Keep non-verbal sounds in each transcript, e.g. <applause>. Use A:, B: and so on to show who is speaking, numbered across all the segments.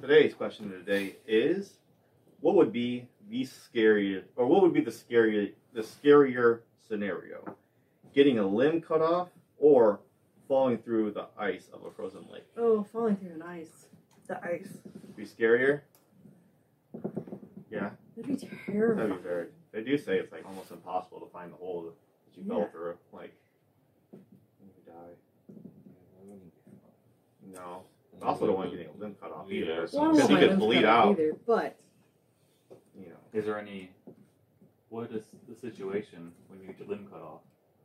A: today's question of the day is what would be the scariest or what would be the scarier the scarier scenario? Getting a limb cut off or falling through the ice of a frozen lake?
B: Oh, falling through an ice.
C: The ice.
A: Be scarier?
B: That'd be
A: That'd
B: terrible.
A: be very they do say it's like almost impossible to find the hole that you
B: Yeah.
A: fell through. Like you die. No. Also don't want you getting a limb cut off either.
D: Yeah, so-
B: Well, I don't
A: Because
B: want
A: you
B: my
A: could
B: limbs
A: bleed
B: cut
A: out.
B: either, but
A: You know.
D: Is there any? What is the situation when you get your limb cut off?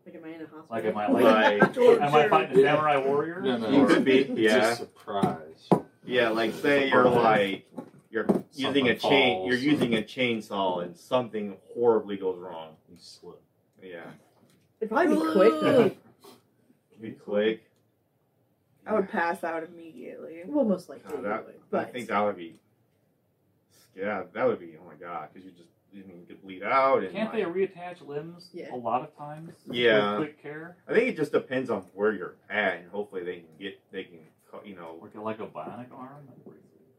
B: like, am I in a hospital?
D: Like, am I like?
A: Like
B: <laughs>
D: Am I fighting a samurai warrior?
E: No, no.
A: you could be yeah.
E: Just surprise.
A: Yeah, like say you're like you're using a
E: Something
A: chain you're
E: falls.
A: using a chainsaw and something horribly goes wrong.
E: You slip.
A: Yeah.
B: It'd probably be
A: <laughs>
B: quick. though.
A: Be quick.
C: I would pass out immediately.
B: well, most likely.
A: God, that,
B: anyway, but
A: I think that would be yeah, that would be oh my god, because you just you mean you could bleed out and
D: Can't they
A: like-
D: reattach limbs
B: Yeah.
D: a lot of times?
A: Yeah.
D: With quick care,
A: I think it just depends on where you're at and hopefully they can get they can cut- you know
D: or get like a bionic arm.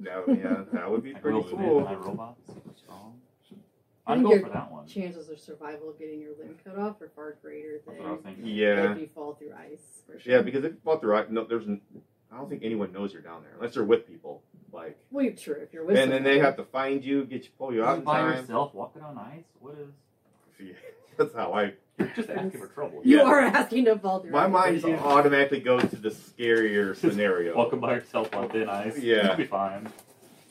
A: that would, yeah, that
E: <laughs>
A: would be
D: Like
A: pretty
D: Robotnik, my
A: cool.
D: robot's super strong.
B: I
D: I'd
B: think
D: go
B: you're-
D: for that one.
B: chances of survival of getting your limb cut off are far greater
D: That's what I was
B: than
D: thinking.
A: Yeah.
B: if you fall through ice. For sure.
A: Yeah, because if you fall through no there's n- I don't think anyone knows you're down there unless you're with people. Like
B: Well, you're true. If you're with
A: and then they
B: someone.
A: have to find you, get you pull you out in
D: Just by
A: time.
D: yourself, walking on ice. What is?
A: Yeah, <laughs> That's how I.
D: You're just asking for trouble.
B: You
A: Yeah.
B: are asking to fall through
A: My
B: ice.
A: mind
D: Yeah.
A: automatically goes to the
E: <laughs>
A: scarier scenario.
D: Walking by yourself on thin ice.
A: Yeah.
D: You'll be fine.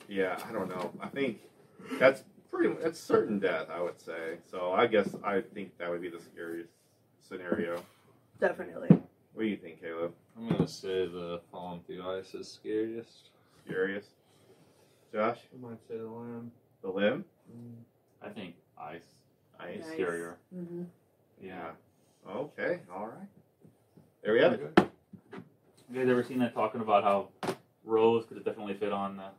A: Yeah, I don't know. I think that's pretty. That's certain death, I would say. So I guess I think that would be the scariest scenario.
C: Definitely.
A: What do you think, Caleb?
E: I'm gonna say the falling through ice is scariest.
A: Scariest? Josh,
E: I might say the lamb.
A: the limb?
D: I think ice
A: Ice.
D: is
B: Nice.
D: scarier.
B: Mhm.
D: Yeah.
A: Okay. All right. There we have it.
D: You guys ever seen that talking about how Rose could have definitely fit on the